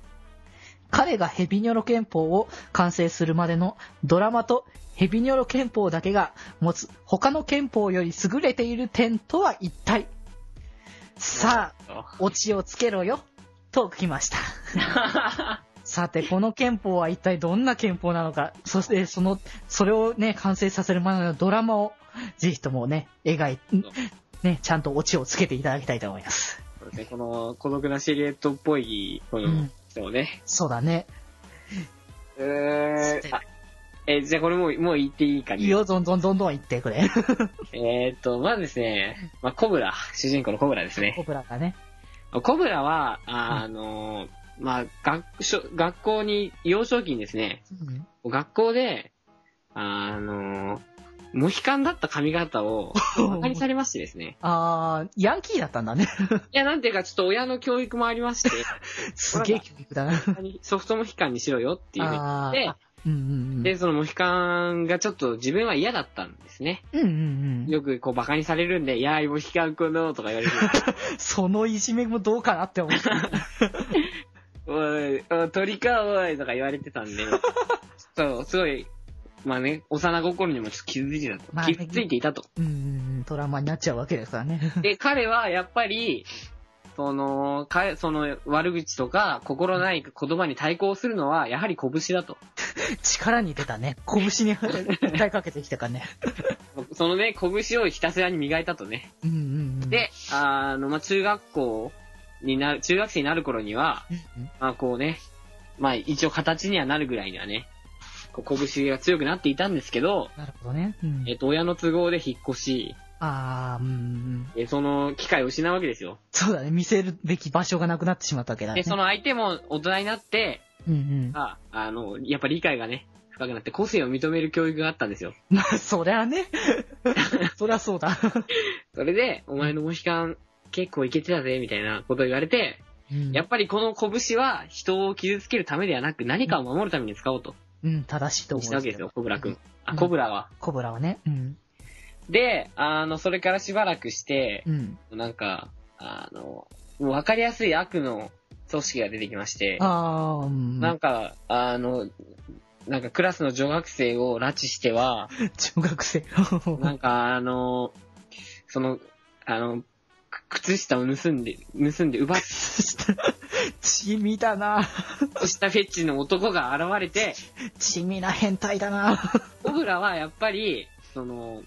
A: 彼がヘビニョロ憲法を完成するまでのドラマとヘビニョロ憲法だけが持つ他の憲法より優れている点とは一体さあ、オチをつけろよと来ました。さて、この憲法は一体どんな憲法なのか、そしてその、それをね、完成させるまでのドラマを、ぜひともね、描い、んね、ちゃんとオチをつけていただきたいと思います。
B: そうですねこの孤独なシルエットっぽい、こ
A: う
B: の
A: ん
B: 人をね。
A: そうだね。
B: うーん。あえ、じゃあこれもう、もう言っていいか
A: いい
B: ね。
A: よ、どんどんどんどん言ってくれ。
B: えーっと、まずですね、まあ、コブラ、主人公のコブラですね。
A: コブラがね。
B: コブラは、あーあのー、まあ、学、しょ学校に、幼少期にですね、
A: うん
B: 学校で、あのー、モヒカンだった髪型 [LAUGHS] を、馬鹿にされましてですね。
A: あー、ヤンキーだったんだね。
B: いや、なんていうか、ちょっと親の教育もありま [LAUGHS] して、
A: すげえ教育だな。
B: 他にソフトモヒカンにしろよっていうふうに言
A: あ
B: っ
A: ー
B: て
A: あ、うんうんうん。
B: で、そのモヒカンがちょっと自分は嫌だったんですね。
A: うんうんうん。
B: よくこう馬鹿にされるんで、いやー、モヒカンこのとか言われる。
A: そのいじめもどうかなって思った。
B: おい、おい鳥かおいとか言われて
A: [LAUGHS]
B: たんで、そう、すごい、まあね、幼心にもちょっと傷ついてたと。
A: まあね
B: 傷ついていたと。
A: うんうんうん。トラウマになっちゃうわけですからね。 [LAUGHS]
B: で、彼はやっぱり、その、かその悪口とか心ない言葉に対抗するのは、やはり拳だと。
A: 力に出たね。 [LAUGHS] 拳に訴えかけてきたからね。
B: そのね、拳をひたすらに磨いたとね。
A: [LAUGHS] うんうんうん。
B: で、あの、まあ、中学校になる、中学生になる頃には、
A: うんうん、
B: まあこうね、まあ一応形にはなるぐらいにはね、こう拳が強くなっていたんですけど、
A: なるほどね。うん
B: えっと、親の都合で引っ越し、
A: あー、うんうん。
B: えその機会を失うわけですよ。
A: そうだね。見せるべき場所がなくなってしまったわけだね。
B: で、その相手も大人になって、
A: うんうん。
B: あ、あの、やっぱ理解がね、深くなって個性を認める教育があったんですよ。
A: まあ、そりゃ
B: [LAUGHS]
A: ね。そりゃそうだ。
B: それで、お前のモヒカン結構いけてたぜ、みたいなことを言われて、
A: うん
B: [LAUGHS] やっぱりこの拳は人を傷つけるためではなく何かを守るために使おうと、
A: うん、正しいと思
B: し
A: う
B: た
A: ん
B: わ
A: け
B: けです
A: ど
B: よ、コブラ君。
A: う
B: あ、
A: ん
B: コブラは。
A: コブラはね。うん。
B: で、あの、それからしばらくして、
A: うん。
B: なんか、あの、もうわかりやすい悪の組織が出てきまして、
A: あー、うん。
B: なんか、あの、なんかクラスの女学生を拉致して
A: [LAUGHS]
B: は、
A: 中学生。
B: なんかあの、その、あの、く靴下を盗んで、盗んで奪っ
A: [LAUGHS] 地味だな
B: としたフェッチの男が現れて、
A: 地味な変態だな
B: オブラはやっぱり、その、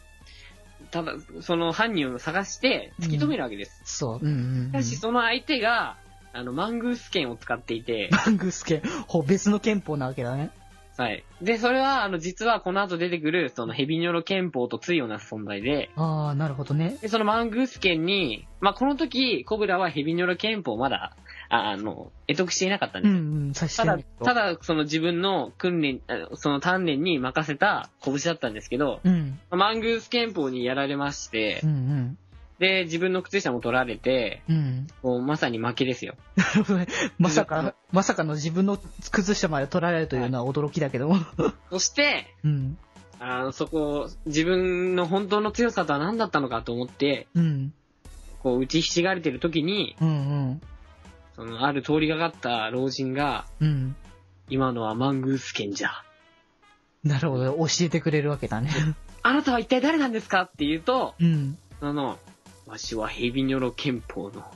B: ただ、その犯人を探して突き止めるわけです。
A: そう。うんうん、うん。
B: しかしその相手が、あの、マングース剣を使っていて、
A: バングスケ、ほ、別の憲法なわけだね。
B: はい。で、それは、あの、実はこの後出てくる、そのヘビニョロ憲法と対をなす存在で、
A: ああ、なるほどね。
B: で、そのマングース圏に、まあ、この時、コブラはヘビニョロ憲法をまだ、ああの、得得していなかったん
A: う
B: です
A: ん
B: よ。
A: うん、さして
B: ただ
A: みる、と
B: た、だ、その自分の訓練、あその鍛錬に任せた拳だったんですけど、
A: うん、
B: マングース憲法にやられまして
A: う、ん、
B: で、自分の靴下も取られて、
A: うん。うん。
B: もうまさに負けですよ。
A: なるほどね。 [LAUGHS] まさか、まさかの自分の崩したまで取られるというのは驚きだけども。
B: そして、
A: うん、
B: あの、そこ、自分の本当の強さとは何だったのかと思って、
A: うん、
B: こう、打ちひしがれてる時に、
A: うん、うん、
B: その、ある通りがかった老人が、
A: うん。
B: 今のはマングース圏じゃ。
A: なるほど。教えてくれるわけだね。
B: あなたは一体誰なんですかって言うと、
A: うん。
B: その、わしはヘビニョロ憲法の、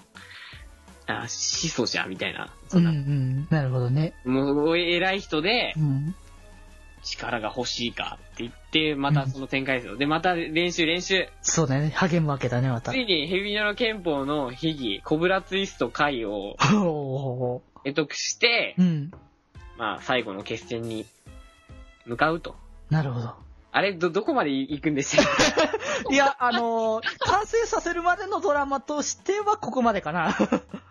B: あ、始祖じゃ、みたいな。
A: う
B: そ
A: ん、
B: ん
A: う
B: な、
A: ん。なるほどね。
B: もう、偉い人で
A: う、ん。
B: 力が欲しいかって言って、またその展開ですよ。で、また練習練習。
A: そうだね。励むわけだね、また
B: つ。いにヘビニョロ憲法の秘技、コブラツイスト回を
A: おー。
B: 得得して
A: う、ん。
B: まあ、最後の決戦に向かうと。
A: なるほど。
B: あれ、ど、どこまで行くん
A: [LAUGHS]
B: でしたっけ
A: いや、あのー完成させるまでのドラマとしてはここまでか [LAUGHS] な。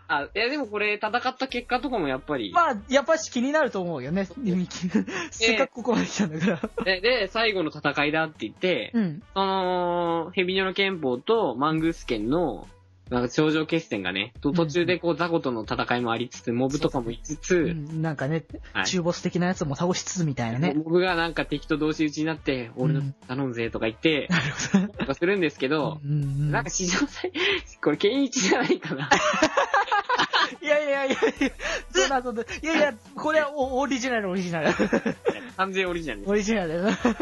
B: あ、いや、でもこれ、戦った結果とかもやっぱり。
A: まあ、やっぱし気になると思うよね。 [LAUGHS] せっかくここまで来たんだから。
B: で、で最後の戦いだって言って、
A: うん。
B: その、ヘビニョロ憲法とマングース剣の、なんか頂上決戦がね、と途中でこう、ザコとの戦いもありつつ、モブとかもいつ
A: う
B: つ、
A: んなんかね、
B: はい
A: 中ボス的なやつも倒しつつみたいなね。
B: モブがなんか敵と同士打ちになって、俺の頼むぜとか言って、
A: なるほど。
B: とかするんですけど、
A: うんうん
B: なんか史上最、これ、ケンイチじゃないかな。 [LAUGHS]
A: いやいやいやいや、そうだそうだ。いやいや、これはおオリジナル、オリジナル。 [LAUGHS]
B: 完全オリジナルで
A: オリジナルです。
B: す。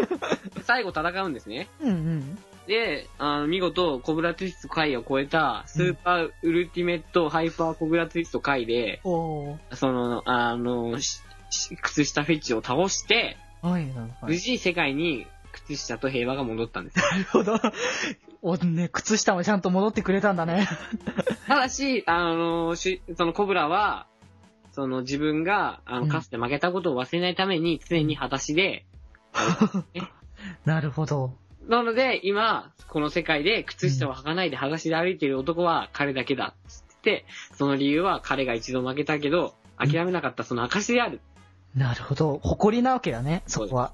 B: 最後戦うんですね。
A: うんうん。
B: で、あの、見事、コブラツイスト回を超えた、スーパーウルティメットハイパーコブラツイスト回で、
A: おー。
B: その、あの、しし靴下フェチを倒して、
A: はいはいは
B: 無
A: い。
B: 事世界に靴下と平和が戻ったんで
A: [LAUGHS]
B: す。
A: なるほど。お、ね、靴下もちゃんと戻ってくれたんだね。
B: ただし、あの、しそのコブラは、その自分が、あ
A: う
B: の、
A: ん
B: かつて負けたことを忘れないために、常に裸足で、
A: なるほど。
B: なので、今、この世界で靴下を履かないで裸足で歩いている男は彼だけだ。つって、その理由は彼が一度負けたけど、諦めなかったその証である。
A: なるほど。誇りなわけだね、そこは。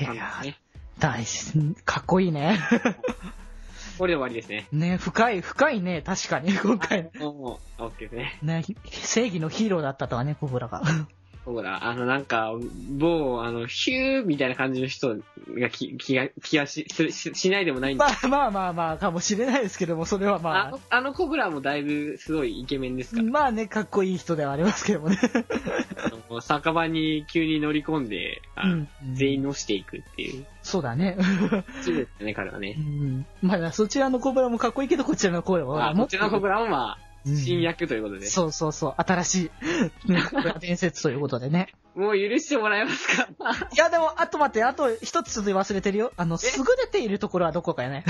A: い
B: なん
A: やー、
B: ですね。
A: 大事、かっこいいね。
B: これで終わりですね。
A: ね、深い、深いね、確かに、今回。
B: もう、OK ですね。
A: ね、ひ正義のヒーローだったとはね、コブラが。
B: ほら、あの、なんか、某、あの、ヒューみたいな感じの人が気、気が、気がし、すししないでもないんで。
A: ますあまあまあまあ、かもしれないですけども、それは
B: あ
A: まあ
B: の、、あのコブラもだいぶすごいイケメンですから。
A: まあね、かっこいい人ではありますけどもね。
B: あの酒場に急に乗り込んで、あ
A: うん
B: 全員乗していくっていう。
A: そうだね。
B: そうですね、彼はね
A: う。んまだそちらのコブラもかっこいいけど、こちらのコブラは
B: あ、
A: も
B: こ
A: っと
B: ちらのコブラもまあ、
A: うん
B: 新役ということで。
A: そうそうそう、新
B: [LAUGHS]
A: しい、ね、コブラ伝説ということでね。
B: もう許してもらえますか
A: いや、でも、あと待って、あと一つ忘れてるよ。あの、
B: え
A: 優れているところはどこかやね。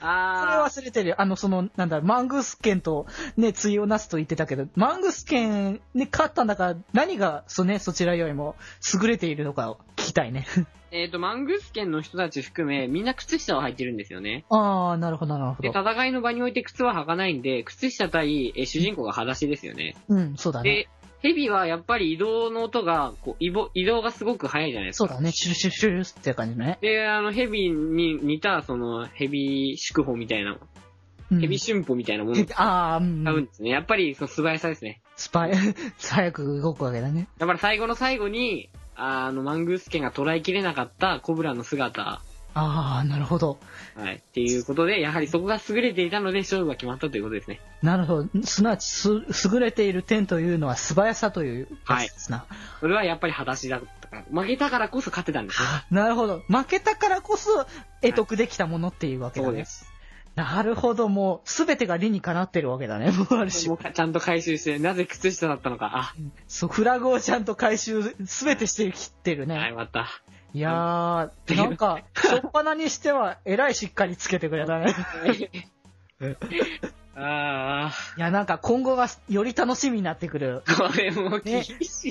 A: それ
B: あ
A: 忘れてるよ。あの、その、なんだ、マングース剣とね、対応なすと言ってたけど、マングース剣に勝ったんだから、何が、そうね、そちらよりも優れているのかを聞きたいね。
B: ー、えっ、と、マングスケンの人たち含め、みんな靴下を履いてるんですよね。
A: [LAUGHS] あー、なるほど、なるほ
B: で、
A: ど。
B: 戦いの場において靴は履かないんで、靴下対、えー主人公が裸足ですよね。
A: うん、そうだね。
B: で、ヘビはやっぱり移動の音が、こう移動、移動がすごく早いじゃないです
A: そう
B: か。
A: だね、シュルシュルシュルって感じのね。
B: で、あの、ヘビに似た、その、ヘビ祝法みたいな、
A: うん
B: ヘビ春歩みたいなものを
A: ヘビあー、うん
B: 買うんですね。やっぱり、その素早さですね。
A: スパイ、 [LAUGHS] 早く動くわけだね。
B: だから最後の最後に、あの、マングースケンが捉えきれなかったコブラの姿、
A: あー、なるほど。
B: はい。っていうことで、やはりそこが優れていたので、勝負が決まったということですね。
A: なるほど。すなわち、す、優れている点というのは素早さというやつですな。
B: それはやっぱり裸足だったから。負けたからこそ勝てたんですね。
A: [LAUGHS] なるほど。負けたからこそ、得得できたものっていうわけ
B: そ
A: だ
B: うで
A: ね。
B: す。
A: なるほど、もう、すべてが理にかなってるわけだ
B: [LAUGHS]
A: ね、もうある
B: も
A: 種。
B: うかちゃんと回収して、なぜ靴下だったのか。
A: そう、フラグをちゃんと回収、すべてしてきってる
B: あ、はい、
A: ね。
B: また。
A: いやー、なんか、しょっぱなにしては、えらいしっかりつけてくれた
B: [LAUGHS]
A: ね。
B: ああ、
A: いや、なんか今後がより楽しみになってくる。
B: これも厳しい。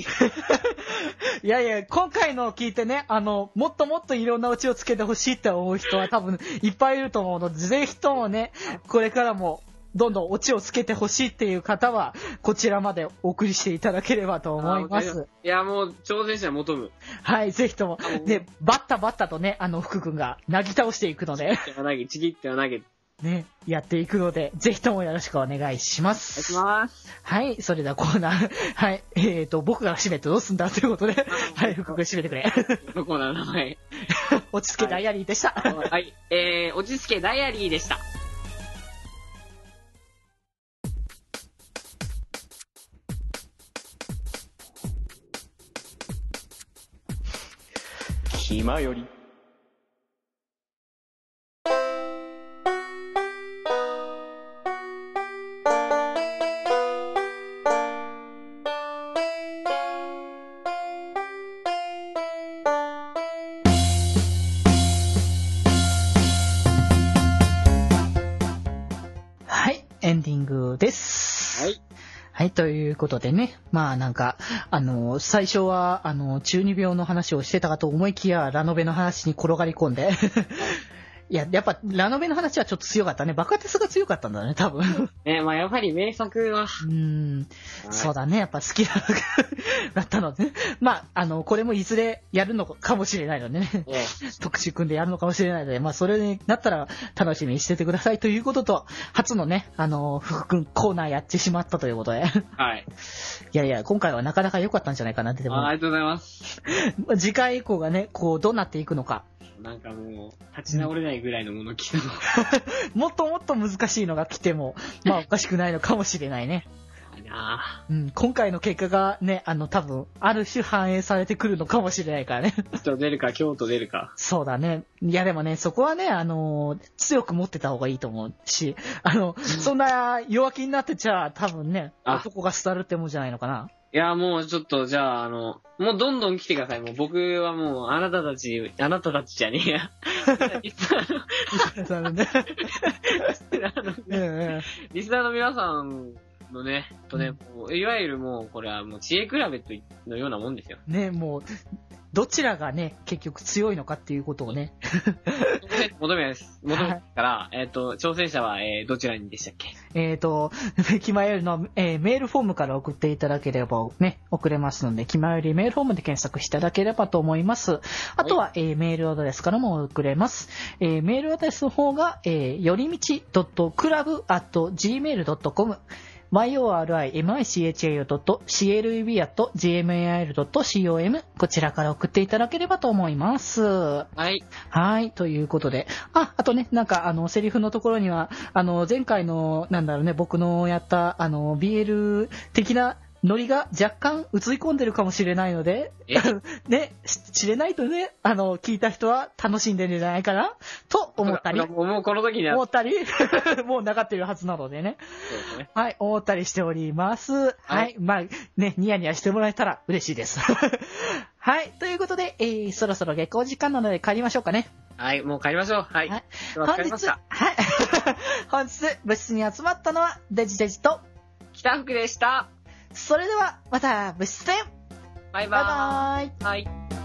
A: いやいや、今回のを聞いてね、あの、もっともっといろんなオチをつけてほしいって思う人は多分いっぱいいると思うので、ぜひともね、これからもどんどんオチをつけてほしいっていう方は、こちらまでお送りしていただければと思いま
B: あーわ
A: す。
B: いや、もう、挑戦者求む。
A: はい、ぜひとも
B: あ。の
A: で、バッタバッタとね、あの、福君がなぎ倒していくので、
B: 手は投げ、ちぎっては投げ。お願
A: ね、やっていくので、ぜひともよろしくお願いします。
B: いします。
A: はい、それではコーナー。はい、えーと、僕が締めてどうすんだということで、はい、福君締めてく [LAUGHS] れ。
B: どこな名前。
A: 落ち着けダイアリーでした。
B: [LAUGHS] はい。えー、おちつけダイアリーでした。
C: 暇より
A: はい、エンディングです。
B: はい。
A: はい、ということでね。まあなんか、あの、最初は、あの、中二病の話をしてたかと思いきや、ラノベの話に転がり込んで。 [LAUGHS] いや、やっぱ、ラノベの話はちょっと強かったね。爆発が強かったんだね、多分。う
B: ね、まあやっぱり名作は、
A: ーん。そう
B: だ。
A: だね。やっぱ好 [LAUGHS] きだだったのね。まあ、あの、これもいずれやるのかもしれないのでね。
B: え
A: 特集組んでやるのかもしれないので、まあ、それになったら楽しみにしててくださいということと、初のね、あの、福君コーナーやってしまったということで。 [LAUGHS]
B: えはい。
A: いやいや、今回はなかなか良かったんじゃないかなって。で
B: ああ
A: も、
B: りがとうございます。
A: 次回以降がね、こう、どうなっていくのか。
B: なんかもう、立ち直れないぐらいのもの来たの。
A: もっともっと難しいのが来ても、まあ、おかしくないのかもしれないね。
B: いいな
A: うん、今回の結果がね、あの、多分、ある種反映されてくるのかもしれないからね。
B: ぁ人出るか、京都出るか。
A: そうだね。いやでもね、そこはね、あのー強く持ってた方がいいと思うし、あの、そんな弱気になってちゃ、多分ね、
B: あ
A: 男が廃るってもんじゃないのか [LAUGHS] な。
B: いや、もうちょっと、じゃあ、あの、もうどんどん来てください。もう僕はもう、あなたたち、あなたたちじゃねえ [LAUGHS] や。リスナーの
A: そうだ [LAUGHS] ねうんうん
B: リスナーの皆さんのね、とね、
A: うん
B: もういわゆるもう、これはもう知恵比べといのようなもんですよ。
A: [LAUGHS] ね、もう、どちらがね、結局強いのかっていうことをね、
B: 求めです。求めですから、えっ、と、挑戦者は、えー、どちらにでしたっけ
A: えーと、気まよりの、えーメールフォームから送っていただければね、送れますので、気まよりメールフォームで検索していただければと思います。あとは、えーメールアドレスからも送れます。えーメールアドレスの方が、えーよりみち .club.gmail.com yorimichao.club.gmail.com こちらから送っていただければと思います。
B: はい。
A: はい、ということで。あ、あとね、なんか、あの、セリフのところには、あの、前回の、なんだろうね、僕のやった、あの、BL 的なノリが若干映り込んでるかもしれないので、
B: え
A: ね、し知れないとね、あの、聞いた人は楽しんでるんじゃないかな、と [LAUGHS] 思ったり、
B: もう、もうこの時には、
A: 思
B: そう
A: ったり、 [LAUGHS] もうなかってるはずなのでね。
B: ですね。
A: はい、思ったりしております。はい、まあ、ね、ニヤニヤしてもらえたら嬉しいです。 [LAUGHS] はい、ということで、えー、そろそろ下校時間なので帰りましょうかね。
B: はい、もう帰りましょう。はい。
A: はい
B: では
A: 本
B: 疲れ
A: 日、
B: まし
A: はい [LAUGHS]
B: た。。
A: 本日、部室に集まったのは、デジデジと、
B: 北福でした。
A: それでは、また部室で、
B: バ
A: バ
B: イ
A: イ
B: バ
A: バイ。
B: ーイ。はい。